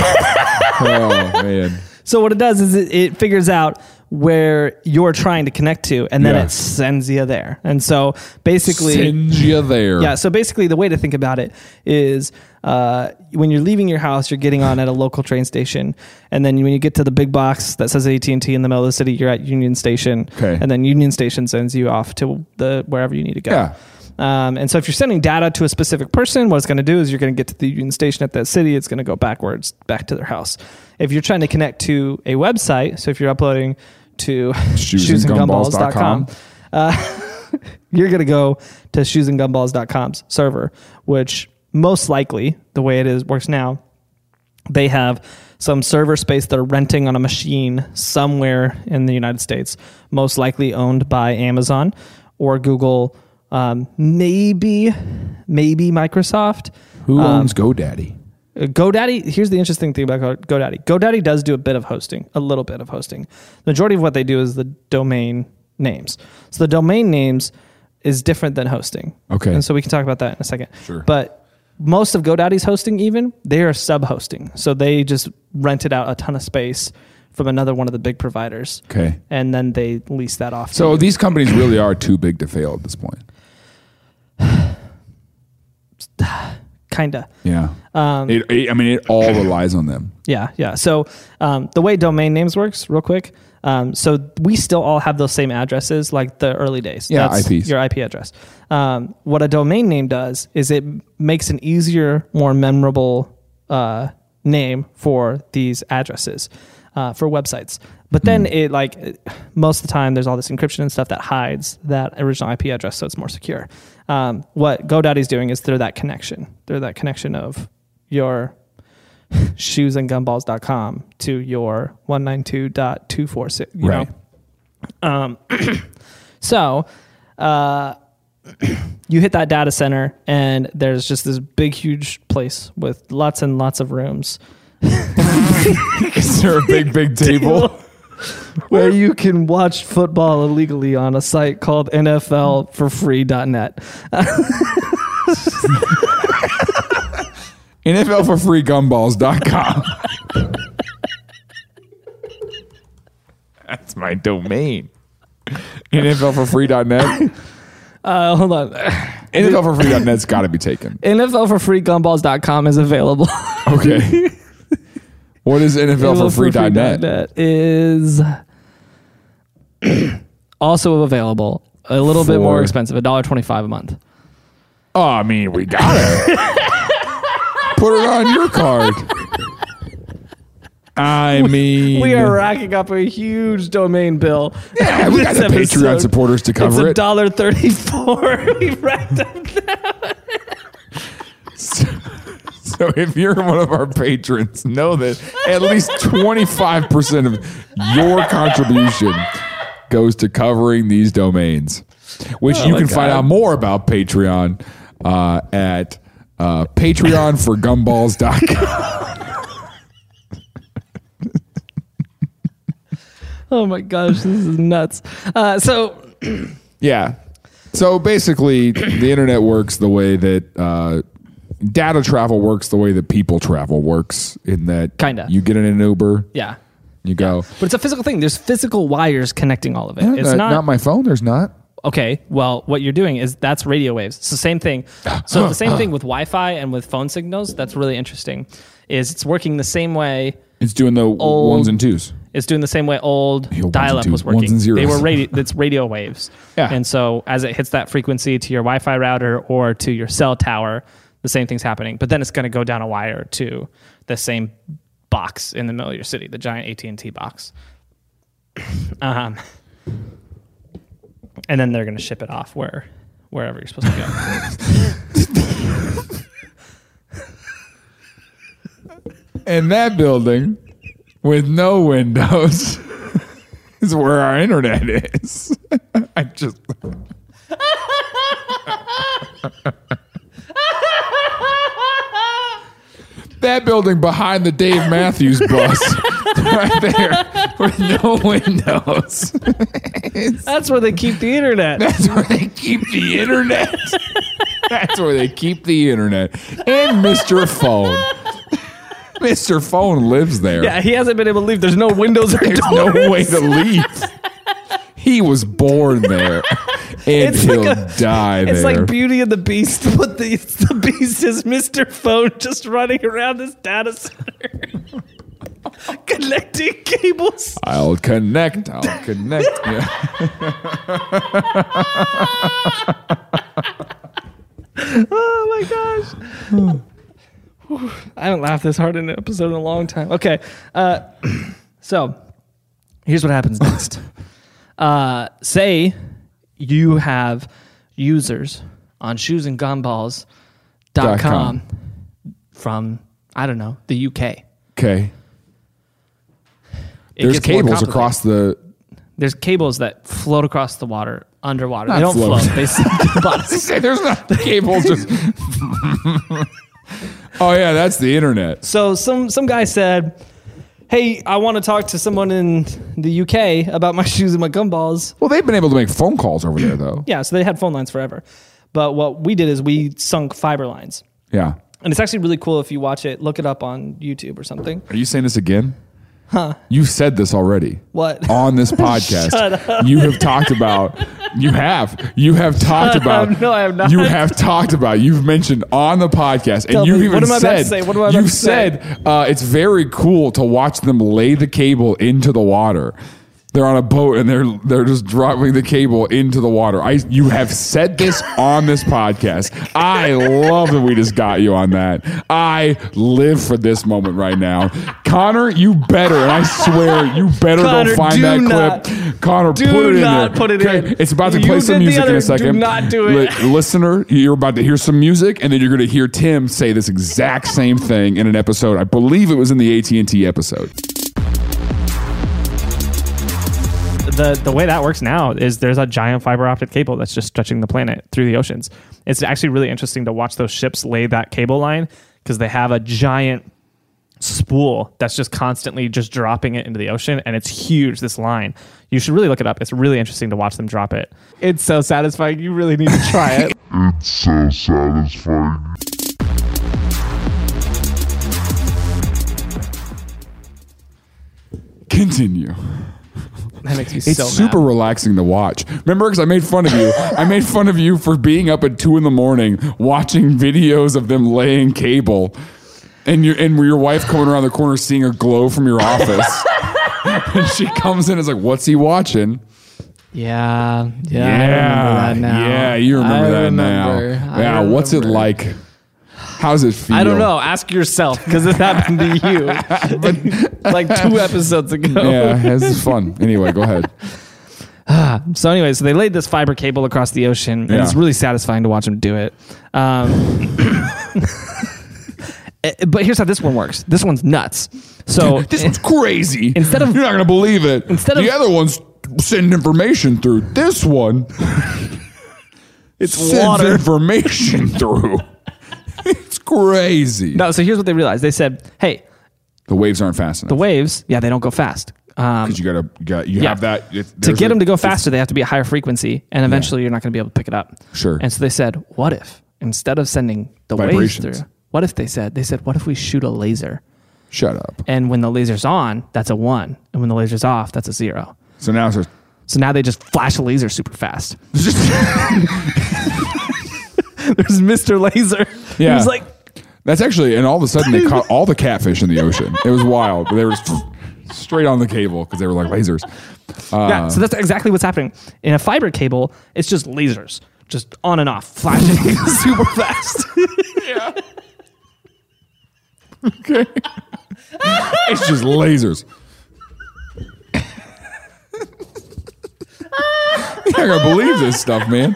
oh man. So what it does is it, it figures out where you're trying to connect to, and then Yeah. it sends you there. And so basically, Send you there. Yeah. So basically, the way to think about it is uh, when you're leaving your house, you're getting on at a local train station, and then when you get to the big box that says AT and T in the middle of the city, you're at Union Station, Okay. and then Union Station sends you off to the wherever you need to go. Yeah. Um, and so if you're sending data to a specific person, what it's going to do is you're going to get to the union station at that city. It's going to go backwards back to their house. If you're trying to connect to a website, so if you're uploading to shoesandgumballs.com, uh, you're going to go to shoesandgumballs.com's server, which most likely the way it is works now, they have some server space they're renting on a machine somewhere in the United States, most likely owned by Amazon or Google, um, maybe, maybe Microsoft. Who owns GoDaddy? Uh, GoDaddy, here's the interesting thing about Go- GoDaddy. GoDaddy does do a bit of hosting, a little bit of hosting. The majority of what they do is the domain names. So the domain names is different than hosting. Okay. And so we can talk about that in a second. Sure. But most of GoDaddy's hosting, even, they are sub hosting. So they just rented out a ton of space from another one of the big providers. Okay. And then they lease that off. to So you. these companies really are too big to fail at this point. kinda. Um, Yeah. it, it- I mean, it all relies on them. Yeah, yeah. So um, the way domain names works, real quick. Um, so we still all have those same addresses, like the early days. Yeah, IPs. Your IP address. Um, what a domain name does is it makes an easier, more memorable uh, name for these addresses uh, for websites. But then it like it- most of the time there's all this encryption and stuff that hides that original IP address, so it's more secure. Um, what GoDaddy's doing is they're that connection. They're that connection of your shoesandgumballs.com to your 192.246 you Right. know Um, so uh, you hit that data center and there's just this big huge place with lots and lots of rooms Is there a big, big table? where you can watch football illegally on a site called nflforfree.net NFL for free gumballs.com. That's my domain. NFL for free.net. uh, hold on NFL for free.net's got to be taken. nflforfreegumballs.com is available Okay. What is NFL for free.net? NFLforFree.net is also available. A little bit more For- expensive, a dollar twenty-five a month. Oh, I mean, we got it. Put it on your card. I mean, We are racking up a huge domain bill. Yeah, we got the This episode. Patreon supporters to It's cover a it. dollar thirty-four. we racked up. So if you're one of our patrons, know that at least 25% of your contribution goes to covering these domains, which you my can find God. out more about Patreon uh, at uh, patreonforgumballs.com. Oh my gosh, this is nuts. Uh, so yeah. So basically, the internet works the way that uh, data travel works the way that people travel works, in that Kinda. you get in an Uber, yeah, you go. but it's a physical thing. There's physical wires connecting all of it. It's "Uh, not, not my phone, there's not. okay, well, what you're doing is that's radio waves. It's the same thing. So it's the same thing with Wi-Fi and with phone signals. That's really interesting. Is it's working the same way. It's doing the ones and twos. It's doing the same way old ones and dial-up twos, was ones working. and zeros. They were radio. It's radio waves. Yeah. And so as it hits that frequency to your Wi-Fi router or to your cell tower, the same thing's happening. But then it's going to go down a wire to the same box in the middle of your city, the giant AT and T box. um, and then they're going to ship it off where wherever you're supposed to go. And that building with no windows is where our internet is. I just That building behind the Dave Matthews bus right there with no windows. That's where they keep the internet. That's where they keep the internet. That's where they keep the internet. And Mr. Phone. Mr. Phone lives there. Yeah, he hasn't been able to leave. There's no windows or There's doors. no way to leave. He was born there. And It's he'll like a- die It's there. like Beauty and the Beast, but the, it's the Beast is Mr. Phone just running around this data center, connecting cables. I'll connect. I'll connect. Yeah. Oh my gosh. Whew, I haven't laughed this hard in an episode in a long time. Okay. Uh, so here's what happens next. Uh, say you have users on shoesandgumballs.com Dot com. from, I don't know, the UK. It Okay. There's gets more cables complicated. across the. There's cables that float across the water underwater. Not they don't float. float. They sink to the bottom. There's not cables. Just. oh yeah, that's the internet. So some some guy said, "Hey, I want to talk to someone in the UK about my shoes and my gumballs." Well, they've been able to make phone calls over there though. Yeah, so they had phone lines forever. But what we did is we sunk fiber lines. Yeah. And it's actually really cool if you watch it, look it up on YouTube or something. Are you saying this again? Huh? You've said this already. What? on this podcast. You have talked about. You have. You have talked about. No, I have not. You have talked about. You've mentioned on the podcast, and Tell you've me, even what am I said. about to say? What am I about you've to say? said uh, it's very cool to watch them lay the cable into the water. They're on a boat and they're they're just dropping the cable into the water. I you have said this on this podcast. I love that we just got you on that. I live for this moment right now. Connor, you better and I swear you better Connor, go find do that not- clip. Connor, do put it not in there. put it Okay, in. It's about to You play some did the music in other- a do second. not do it. Li- listener, you're about to hear some music, and then you're going to hear Tim say this exact same thing in an episode. I believe it was in the AT and T episode. The the way that works now is there's a giant fiber optic cable that's just stretching the planet through the oceans. It's actually really interesting to watch those ships lay that cable line because they have a giant spool that's just constantly just dropping it into the ocean and it's huge this line you should really look it up it's really interesting to watch them drop it it's so satisfying you really need to try it It's so satisfying. Continue. that makes me It's so super relaxing to watch. Remember, because I made fun of you. I made fun of you for being up at two in the morning watching videos of them laying cable, and your and your wife coming around the corner seeing a glow from your office, and she comes in and is like, "What's he watching?" yeah yeah Yeah, yeah, you remember that now. yeah, what's it like? How's it feel? I don't know. Ask yourself because this happened to you like two episodes ago. Yeah, this is fun. Anyway, go ahead. So anyway, so they laid this fiber cable across the ocean, and Yeah. it's really satisfying to watch them do it. Um, eh, but here's how this one works. This one's nuts. So eh, This one's crazy. Instead of- you're not gonna believe it. Instead of- the other one's sending information through. This one, it sends water. information through. it's crazy. no, so here's what they realized. They said, "Hey, The waves aren't fast the enough. waves, yeah, they don't go fast. Um, you gotta, you, gotta, you Yeah. have that it- to there's get a- them to go faster, they have to be at higher frequency, and eventually you're not going to be able to pick it up. Sure. And so they said, what if instead of sending the waves Vibrations. through, what if they said they said, what if we shoot a laser, Shut up. and when the laser's on, that's a one, and when the laser's off, that's a zero. So now it's just- So now they just flash a laser super fast. There's Mr. Laser. Yeah. He was like, That's actually, and all of a sudden they caught all the catfish in the ocean. It was wild. They were straight on the cable because they were like lasers. Uh, yeah. So that's exactly what's happening in a fiber cable. It's just lasers, just on and off, flashing super fast. Okay. it's just lasers. You're not gonna believe this stuff, man.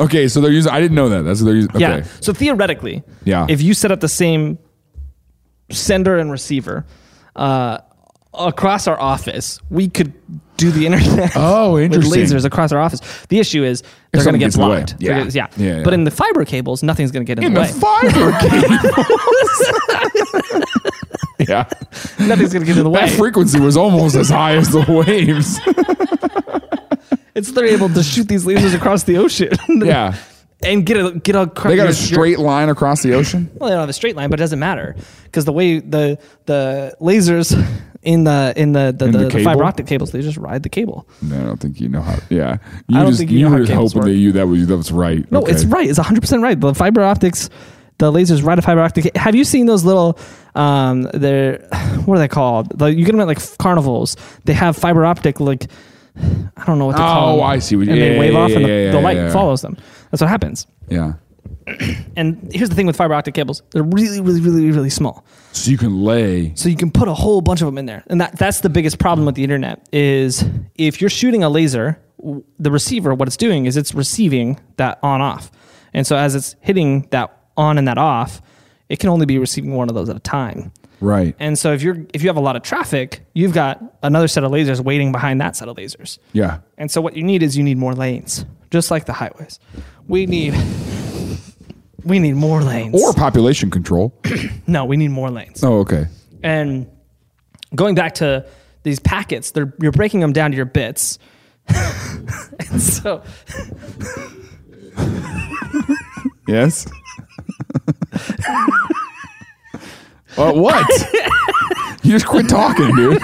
Okay, so they're using. I didn't know that. That's what they're using. Okay. Yeah. So theoretically, Yeah. if you set up the same sender and receiver uh, across our office, we could do the internet. Oh, interesting. With lasers across our office. The issue is they're going to something get gets in the way. blocked. Yeah. They're gonna- yeah. Yeah, yeah. But in the fiber cables, nothing's going to get in, In the the way. fiber cables. yeah. nothing's going to get in the way. That frequency was almost as high as the waves. it's they're able to shoot these lasers across the ocean. Yeah. And get a get a They got a straight line across the ocean. well, they don't have a straight line, but it doesn't matter because the way the the lasers in the in the the, the, the the fiber cable? optic cables, they just ride the cable. No, I don't think you know how. Yeah, you I don't just think you you, know how were just cables hoping work. that you that was that was right. No, it's Okay. right. It's 100% right. The fiber optics, the lasers ride a fiber optic. Have you seen those little, um, they're, what are they called? Like, you get them at like carnivals. They have fiber optic, like, I don't know what they call Oh, them. I see what And you- they yeah, wave yeah, off and the, yeah, yeah, the light yeah. follows them. That's what happens. Yeah, And here's the thing with fiber optic cables they're really, really, really, really small. so you can lay. So you can put a whole bunch of them in there. And that, that's the biggest problem with the internet is if you're shooting a laser, w- the receiver, what it's doing is it's receiving that on off. And so as it's hitting that on and that off, it can only be receiving one of those at a time. Right. And so if you're if you have a lot of traffic, you've got another set of lasers waiting behind that set of lasers. yeah. And so what you need is you need more lanes, just like the highways. We need we need more lanes. Or population control. no, we need more lanes. Oh, okay. And going back to these packets, they're you're breaking them down to your bits. and so Yes. uh, what? you just quit talking, dude.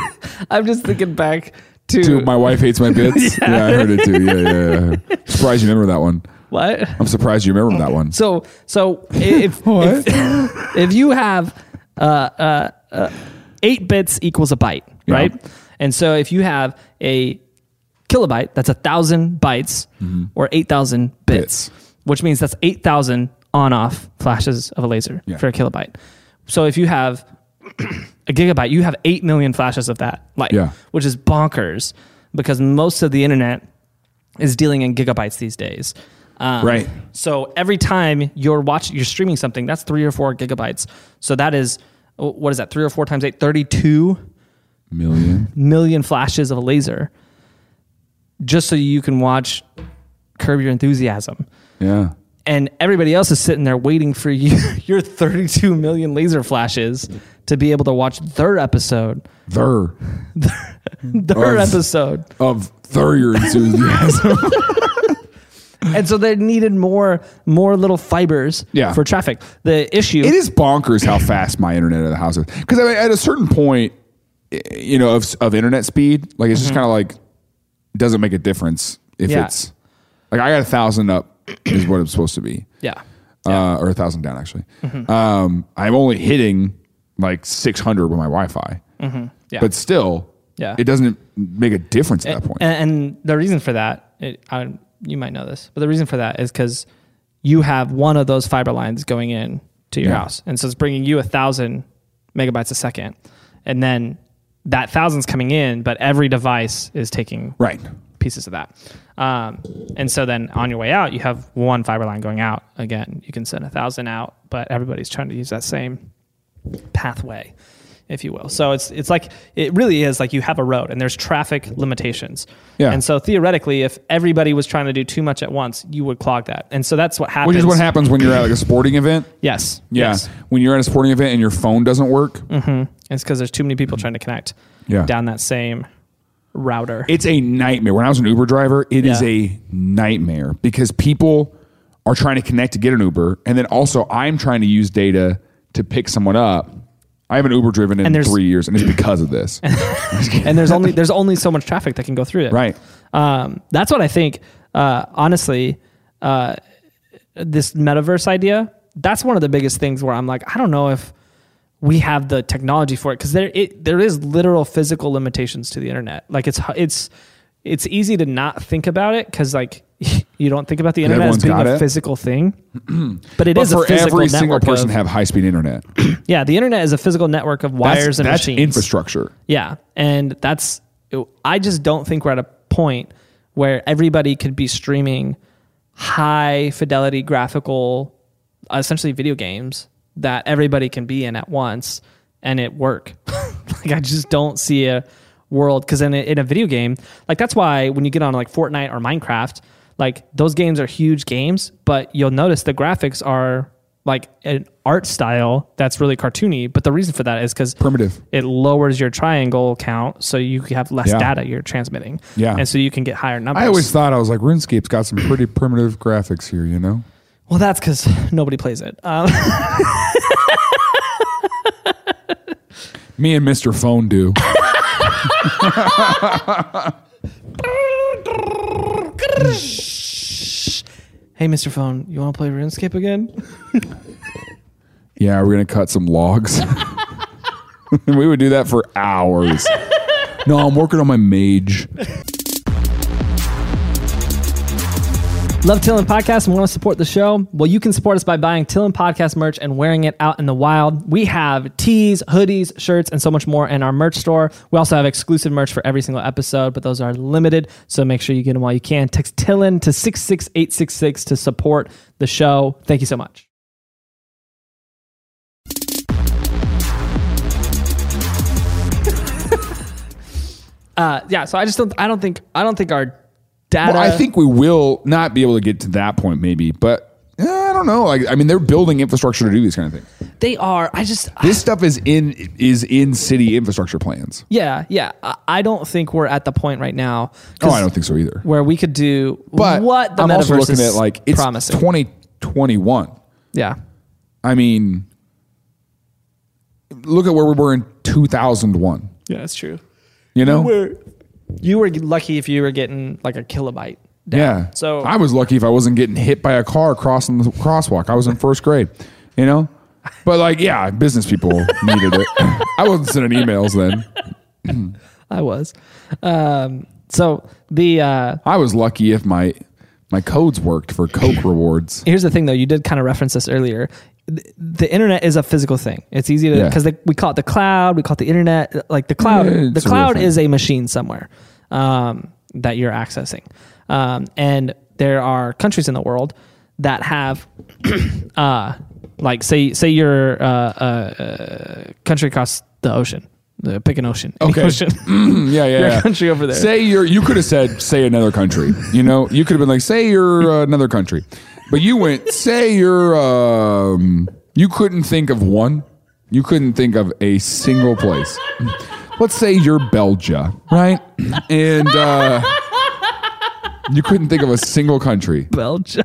I'm just thinking back to, Dude, my wife hates my bits. Yeah. I heard it too. Yeah, yeah, yeah. Surprised you remember that one. what? I'm surprised you remember that one. So so if What? if, if you have uh, uh, uh, eight bits equals a byte, Yeah. right? And so if you have a kilobyte, that's a thousand bytes or eight thousand bits, Mm-hmm. Bits. which means that's eight thousand on-off flashes of a laser Yeah. for a kilobyte. So if you have a gigabyte, you have eight million flashes of that light, Yeah. which is bonkers because most of the internet is dealing in gigabytes these days. Um, Right. So every time you're watching, you're streaming something, that's three or four gigabytes. So that is, what is that? Three or four times eight, 32 Million. million flashes of a laser just so you can watch Curb Your Enthusiasm. Yeah. And everybody else is sitting there waiting for you, your 32 million laser flashes to be able to watch their episode, There. their Oh. episode. Of thur your enthusiasm. And so they needed more, more little fibers Yeah. for traffic. The issue it is bonkers how fast my internet at the house is. Because I mean, at a certain point, i- you know, of, of internet speed, like it's just kind of like doesn't make a difference if Mm-hmm. Yeah. it's like I got a thousand up is what it's supposed to be, yeah. Mm-hmm. uh, or a thousand down actually. Um, I'm only hitting like 600 with my Wi-Fi, Mm-hmm. Yeah. but still, Yeah. it doesn't make a difference at that point. And, and the reason for that, it, I, you might know this, but the reason for that is because you have one of those fiber lines going in to your Yeah. house, and so it's bringing you a thousand megabytes a second, and then that thousand's coming in, but every device is taking right. pieces of that. Um, and so then on your way out, you have one fiber line going out. Again, you can send a thousand out, but everybody's trying to use that same pathway, if you will. So it's it's like it really is like you have a road and there's traffic limitations. Yeah. And so theoretically, if everybody was trying to do too much at once, you would clog that. And so that's what happens. Which is what happens when you're at like a sporting event. Yes. Yeah. Yes. Mm-hmm. When you're at a sporting event and your phone doesn't work, It's because there's too many people trying to connect Yeah. down that same router. it's a nightmare. When I was an Uber driver, it is Yeah. a nightmare because people are trying to connect to get an Uber, and then also I'm trying to use data to pick someone up. I haven't Uber driven in And there's- three years, and it's because of this. and there's only there's only so much traffic that can go through it. right? Um, that's what I think. Uh, honestly, uh, this metaverse idea, that's one of the biggest things where I'm like, I don't know if we have the technology for it because there it, there is literal physical limitations to the internet. Like it's hu- it's it's easy to not think about it because like you You don't think about the internet as everyone's being got a it? physical thing, but it But is for a physical every single network person, of- have high speed internet. That's- yeah, the internet is a physical network of wires and that's machines. infrastructure. Yeah, and that's I just don't think we're at a point where everybody could be streaming high fidelity graphical, essentially video games that everybody can be in at once and it work. like I just don't see a world because in a, in a video game, like that's why when you get on like Fortnite or Minecraft, like those games are huge games, but you'll notice the graphics are like an art style that's really cartoony. But the reason for that is because Primitive. it lowers your triangle count so you have less Yeah. data you're transmitting. Yeah. And so you can get higher numbers. I always thought I was like RuneScape's got some pretty primitive graphics here, you know. well, that's because nobody plays it. Um, Me and Mister Phone do. hey, Mr. Phone, you want to play RuneScape again? yeah, we're gonna cut some logs. and we would do that for hours. no, I'm working on my mage. Love Tillin Podcast and want to support the show? Well, you can support us by buying Tillin Podcast merch and wearing it out in the wild. We have tees, hoodies, shirts, and so much more in our merch store. We also have exclusive merch for every single episode, but those are limited. So make sure you get them while you can. Text Tillin to 66866 to support the show. Thank you so much. Uh, yeah, so I just don't. I don't think. I don't think our data. Well, I think we will not be able to get to that point, maybe, but eh, I don't know. Like, I mean, they're building infrastructure to do these kind of things. They are. I just. This stuff is in is in city infrastructure plans. Yeah, yeah. I, I don't think we're at the point right now. 'cause Oh, I don't think so either. Where we could do But what the I'm metaverse also looking is at like it's promising. 2021. yeah, I mean, look at where we were in 2001. yeah, that's true. You know, You were lucky if you were getting like a kilobyte. down. yeah. So I was lucky if I wasn't getting hit by a car crossing the crosswalk. I was in first grade. You know, but like, yeah, business people needed it. I wasn't sending emails then. I was. Um, so the uh, I was lucky if my my codes worked for Coke rewards. here's the thing though. You did kind of reference this earlier. The, the internet is a physical thing. It's easy to Yeah. because we call it the cloud. We call it the internet. Like the cloud. Yeah, it's the a real cloud thing. is a machine somewhere um, that you're accessing, um, and there are countries in the world that have, uh, like say say you're uh, uh, country across the ocean. Uh, Pick an ocean. Any Okay. ocean. Yeah, yeah. yeah. country over there. Say you're. You could have said say another country. You know, you could have been like say you're uh, another country, but you went say you're. Um, you couldn't think of one. You couldn't think of a single place. Let's say you're Belgia, right? And uh, you couldn't think of a single country. Belgium.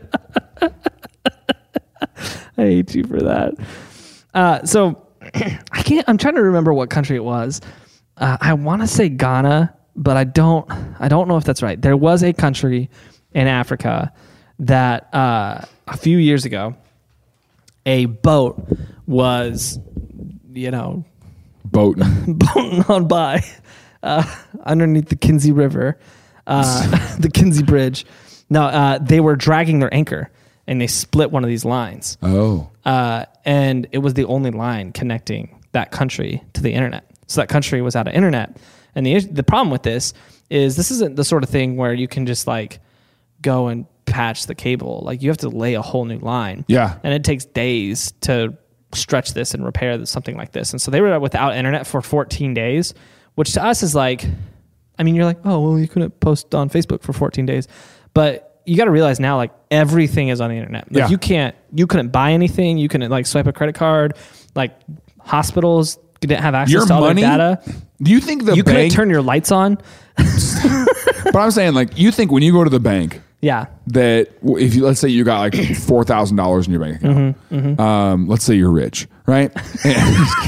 I hate you for that. Uh, so I can't. I'm trying to remember what country it was. Uh, I want to say Ghana, but I don't. I don't know if that's right. There was a country in Africa that uh, a few years ago, a boat was, you know, Boat. boating on by uh, underneath the Kinsey River, uh, the Kinsey Bridge. No, uh, they were dragging their anchor and they split one of these lines. Oh, Uh, and it was the only line connecting that country to the internet. So that country was out of internet. And the, is- the problem with this is this isn't the sort of thing where you can just like go and patch the cable. Like you have to lay a whole new line. Yeah. And it takes days to stretch this and repair this, something like this. And so they were without internet for 14 days, which to us is like, I mean, you're like, oh, well, you couldn't post on Facebook for 14 days. But you got to realize now, like, everything is on the internet. Like, Yeah. you can't, you couldn't buy anything. You couldn't, like, swipe a credit card. Like, hospitals didn't have access your to all money. their data. Do you think the You couldn't bank? turn your lights on. but I'm saying like you think when you go to the bank, Yeah. that w- if you let's say you got like four thousand dollars in your bank account, Mm-hmm, um, let's say you're rich, right?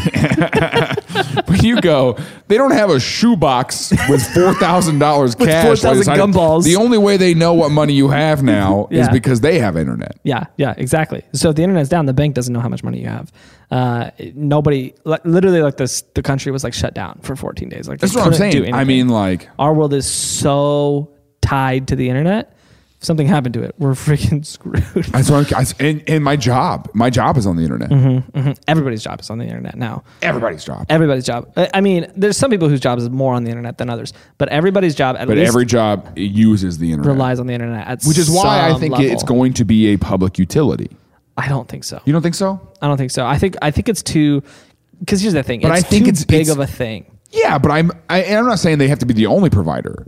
when you go, they don't have a shoebox with four thousand dollars cash. 4,000 laid aside. gumballs. The only way they know what money you have now is Yeah. because they have internet. Yeah, yeah, exactly. So if the internet's down, the bank doesn't know how much money you have. Uh, nobody, li- literally, like this, the country was like shut down for 14 days. Like they That's what I'm couldn't do saying. I anything. mean, like, our world is so tied to the internet If something happened to it, we're freaking screwed. That's what I'm, and, and my job, my job is on the internet. Mm-hmm. Everybody's job is on the internet now. Everybody's job. Everybody's job. I I mean, there's some people whose job is more on the internet than others, but everybody's job at but least every job uses the internet, relies on the internet. At which is why I think it's going to be a public utility. I don't think so. You don't think so? I don't think so. I think I think it's too. Because here's the thing. But it's I think too it's- big it's- of a thing. Yeah, but I'm I, and I'm not saying they have to be the only provider.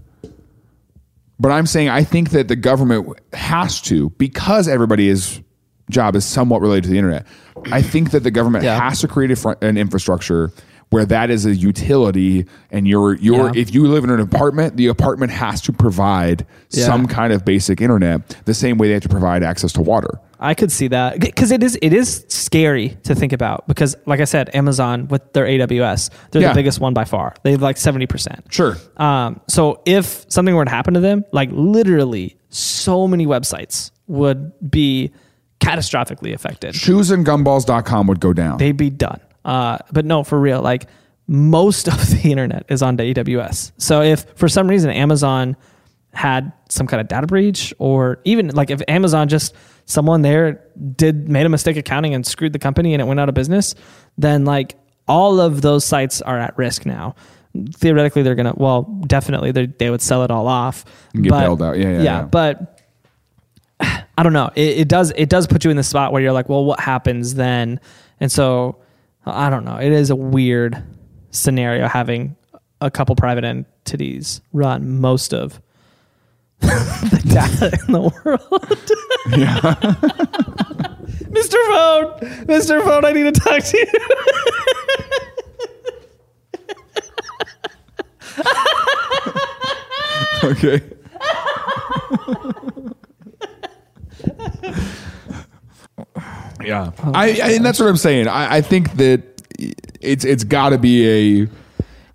But I'm saying I think that the government has to because everybody's job is somewhat related to the internet. I think that the government Yeah. has to create a fr- an infrastructure where that is a utility and your your Yeah. if you live in an apartment, the apartment has to provide Yeah. some kind of basic internet the same way they have to provide access to water. I could see that because it is it is scary to think about because like I said, Amazon with their AWS, they're Yeah. the biggest one by far. They have like seventy percent. Sure. Um, so if something were to happen to them, like literally, so many websites would be catastrophically affected. Shoesandgumballs.com would go down. They'd be done. Uh, but no, for real, like most of the internet is on to AWS. So if for some reason Amazon had some kind of data breach, or even like if Amazon just someone there did made a mistake accounting and screwed the company and it went out of business, then like all of those sites are at risk now. Theoretically, they're gonna well, definitely they they would sell it all off. get bailed out. Yeah, yeah, yeah. But I don't know. It, it does it does put you in the spot where you're like, well, what happens then? And so I don't know. It is a weird scenario having a couple private entities run most of the data in the world. Mr. Phone, Mr. Phone, I need to talk to you. okay. yeah, Oh, I, I and that's what I'm saying. I, I think that it's it's got to be a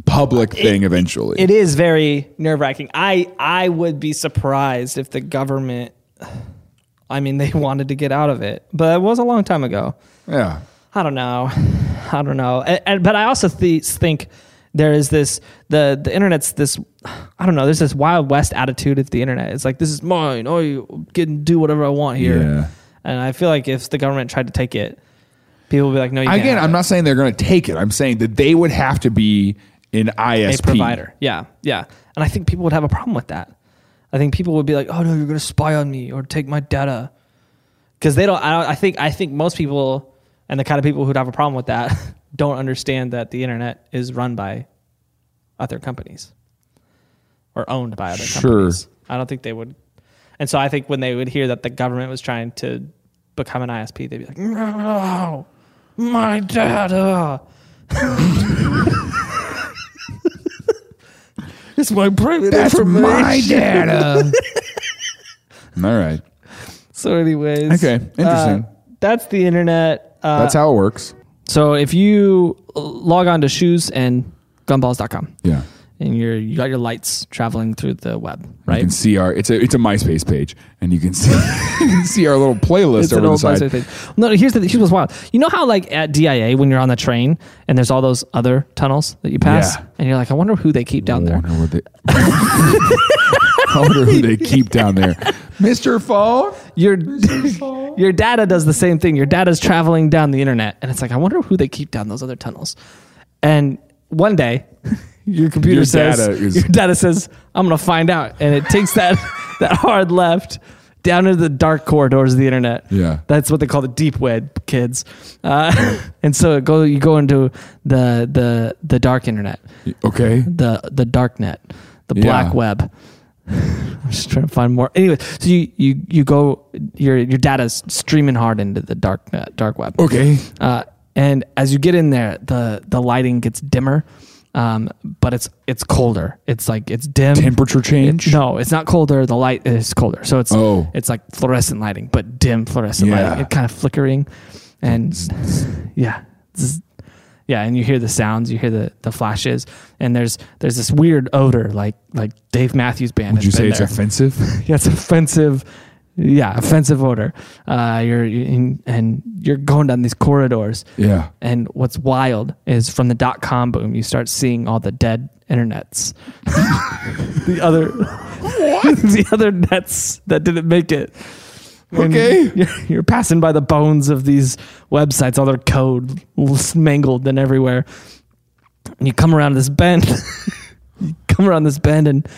public thing eventually. It is very nerve wracking. I I would be surprised if the government. I mean, they wanted to get out of it, but it was a long time ago. yeah, I don't know. I don't know. And, and- but I also th- think there is this the the internet's this I don't know. There's this wild west attitude of the internet. It's like this is mine. Oh, you can do whatever I want here. Yeah. And I feel like if the government tried to take it, people would be like, "No, you again, can't. I'm not saying they're going to take it. I'm saying that they would have to be an ISP a provider. Yeah, yeah. And I think people would have a problem with that. I think people would be like, "Oh no, you're going to spy on me or take my data," because they don't. I, don't, I think I think most people and the kind of people who'd have a problem with that don't understand that the internet is run by other companies or owned by other Sure. companies. I don't think they would. And so I think when they would hear that the government was trying to become an ISP, they'd be like, "No, my uh. data." It's my private That's information. my data. All right. So, anyways, uh, Okay. Interesting. that's the internet. Uh, That's how it works. so if you log on to shoes and gumballs.com Yeah. and you're you got your lights traveling through the web, You can right? see our it's a it's a MySpace page, and you can see you can see our little playlist It's over an the old side. MySpace page. No, here's the here's what's wild. You know how like at DIA when you're on the train and there's all those other tunnels that you pass, Yeah. and you're like, I wonder who they keep down there. I wonder what they. I wonder who they keep down there, Mister Phone. Your your data does the same thing. Your data's traveling down the internet, and it's like, I wonder who they keep down those other tunnels. And one day, your computer Your says data is- your data says, I'm gonna find out, and it takes that that hard left down into the dark corridors of the internet. Yeah. that's what they call the deep web, kids. Uh, and so it go you go into the the the dark internet, Okay, the the dark net, the Yeah. black web. I'm just trying to find more. Anyway, so you you you go your your data's streaming hard into the dark net, dark web. okay. Uh, and as you get in there, the the lighting gets dimmer, um, but it's it's colder. It's like it's dim. Temperature change. No, it's not colder. The light is colder, so it's Oh. it's like fluorescent lighting, but dim fluorescent Yeah. lighting. It kind of flickering, and yeah, Zzz. yeah, and you hear the sounds, you hear the the flashes, and there's there's this weird odor, like like Dave Matthews Band. Would has you been say it's there. offensive? yeah, it's offensive. yeah, offensive order. Uh, you're in, and you're going down these corridors. Yeah. And what's wild is from the dot com boom, you start seeing all the dead internets. the other, the other nets that didn't make it. And Okay. you're, you're passing by the bones of these websites, all their code mangled and everywhere. And you come around this bend. you come around this bend and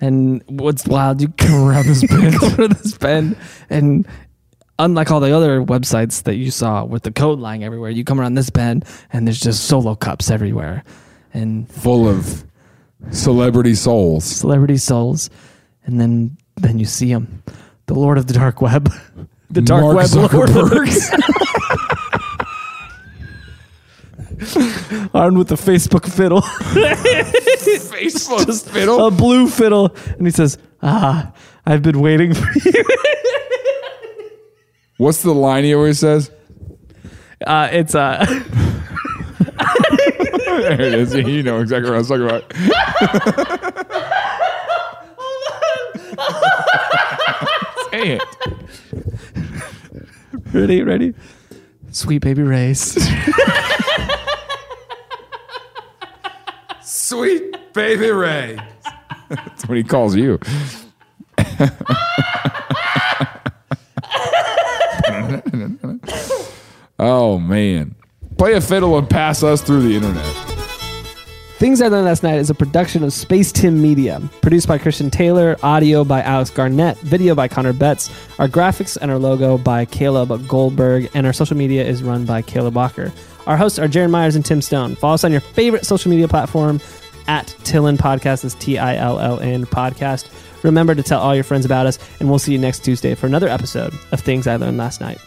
and what's wild, you come around this bend. come around this bend and unlike all the other websites that you saw with the code lying everywhere, you come around this bend and there's just solo cups everywhere. And Full of celebrity souls. celebrity souls, and then then you see him, the Lord of the Dark Web, the Dark Mark Web Zuckerberg. Lord, armed with a Facebook fiddle, Facebook Just a blue fiddle, and he says, "Ah, I've been waiting for you." What's the line he always says? Uh, it's uh, There it is. You know exactly what I was talking about. Say it. ready, ready, sweet baby race. Sweet baby Ray. That's what he calls you. oh man. Play a fiddle and pass us through the internet. Things I Learned Last Night is a production of Space Tim Media, produced by Christian Taylor, audio by Alex Garnett, video by Connor Betts, our graphics and our logo by Caleb Goldberg, and our social media is run by Caleb Walker. Our hosts are Jaron Myers and Tim Stone. Follow us on your favorite social media platform at Tillin Podcast, that's T I L L N Podcast. Remember to tell all your friends about us, and we'll see you next Tuesday for another episode of Things I Learned Last Night.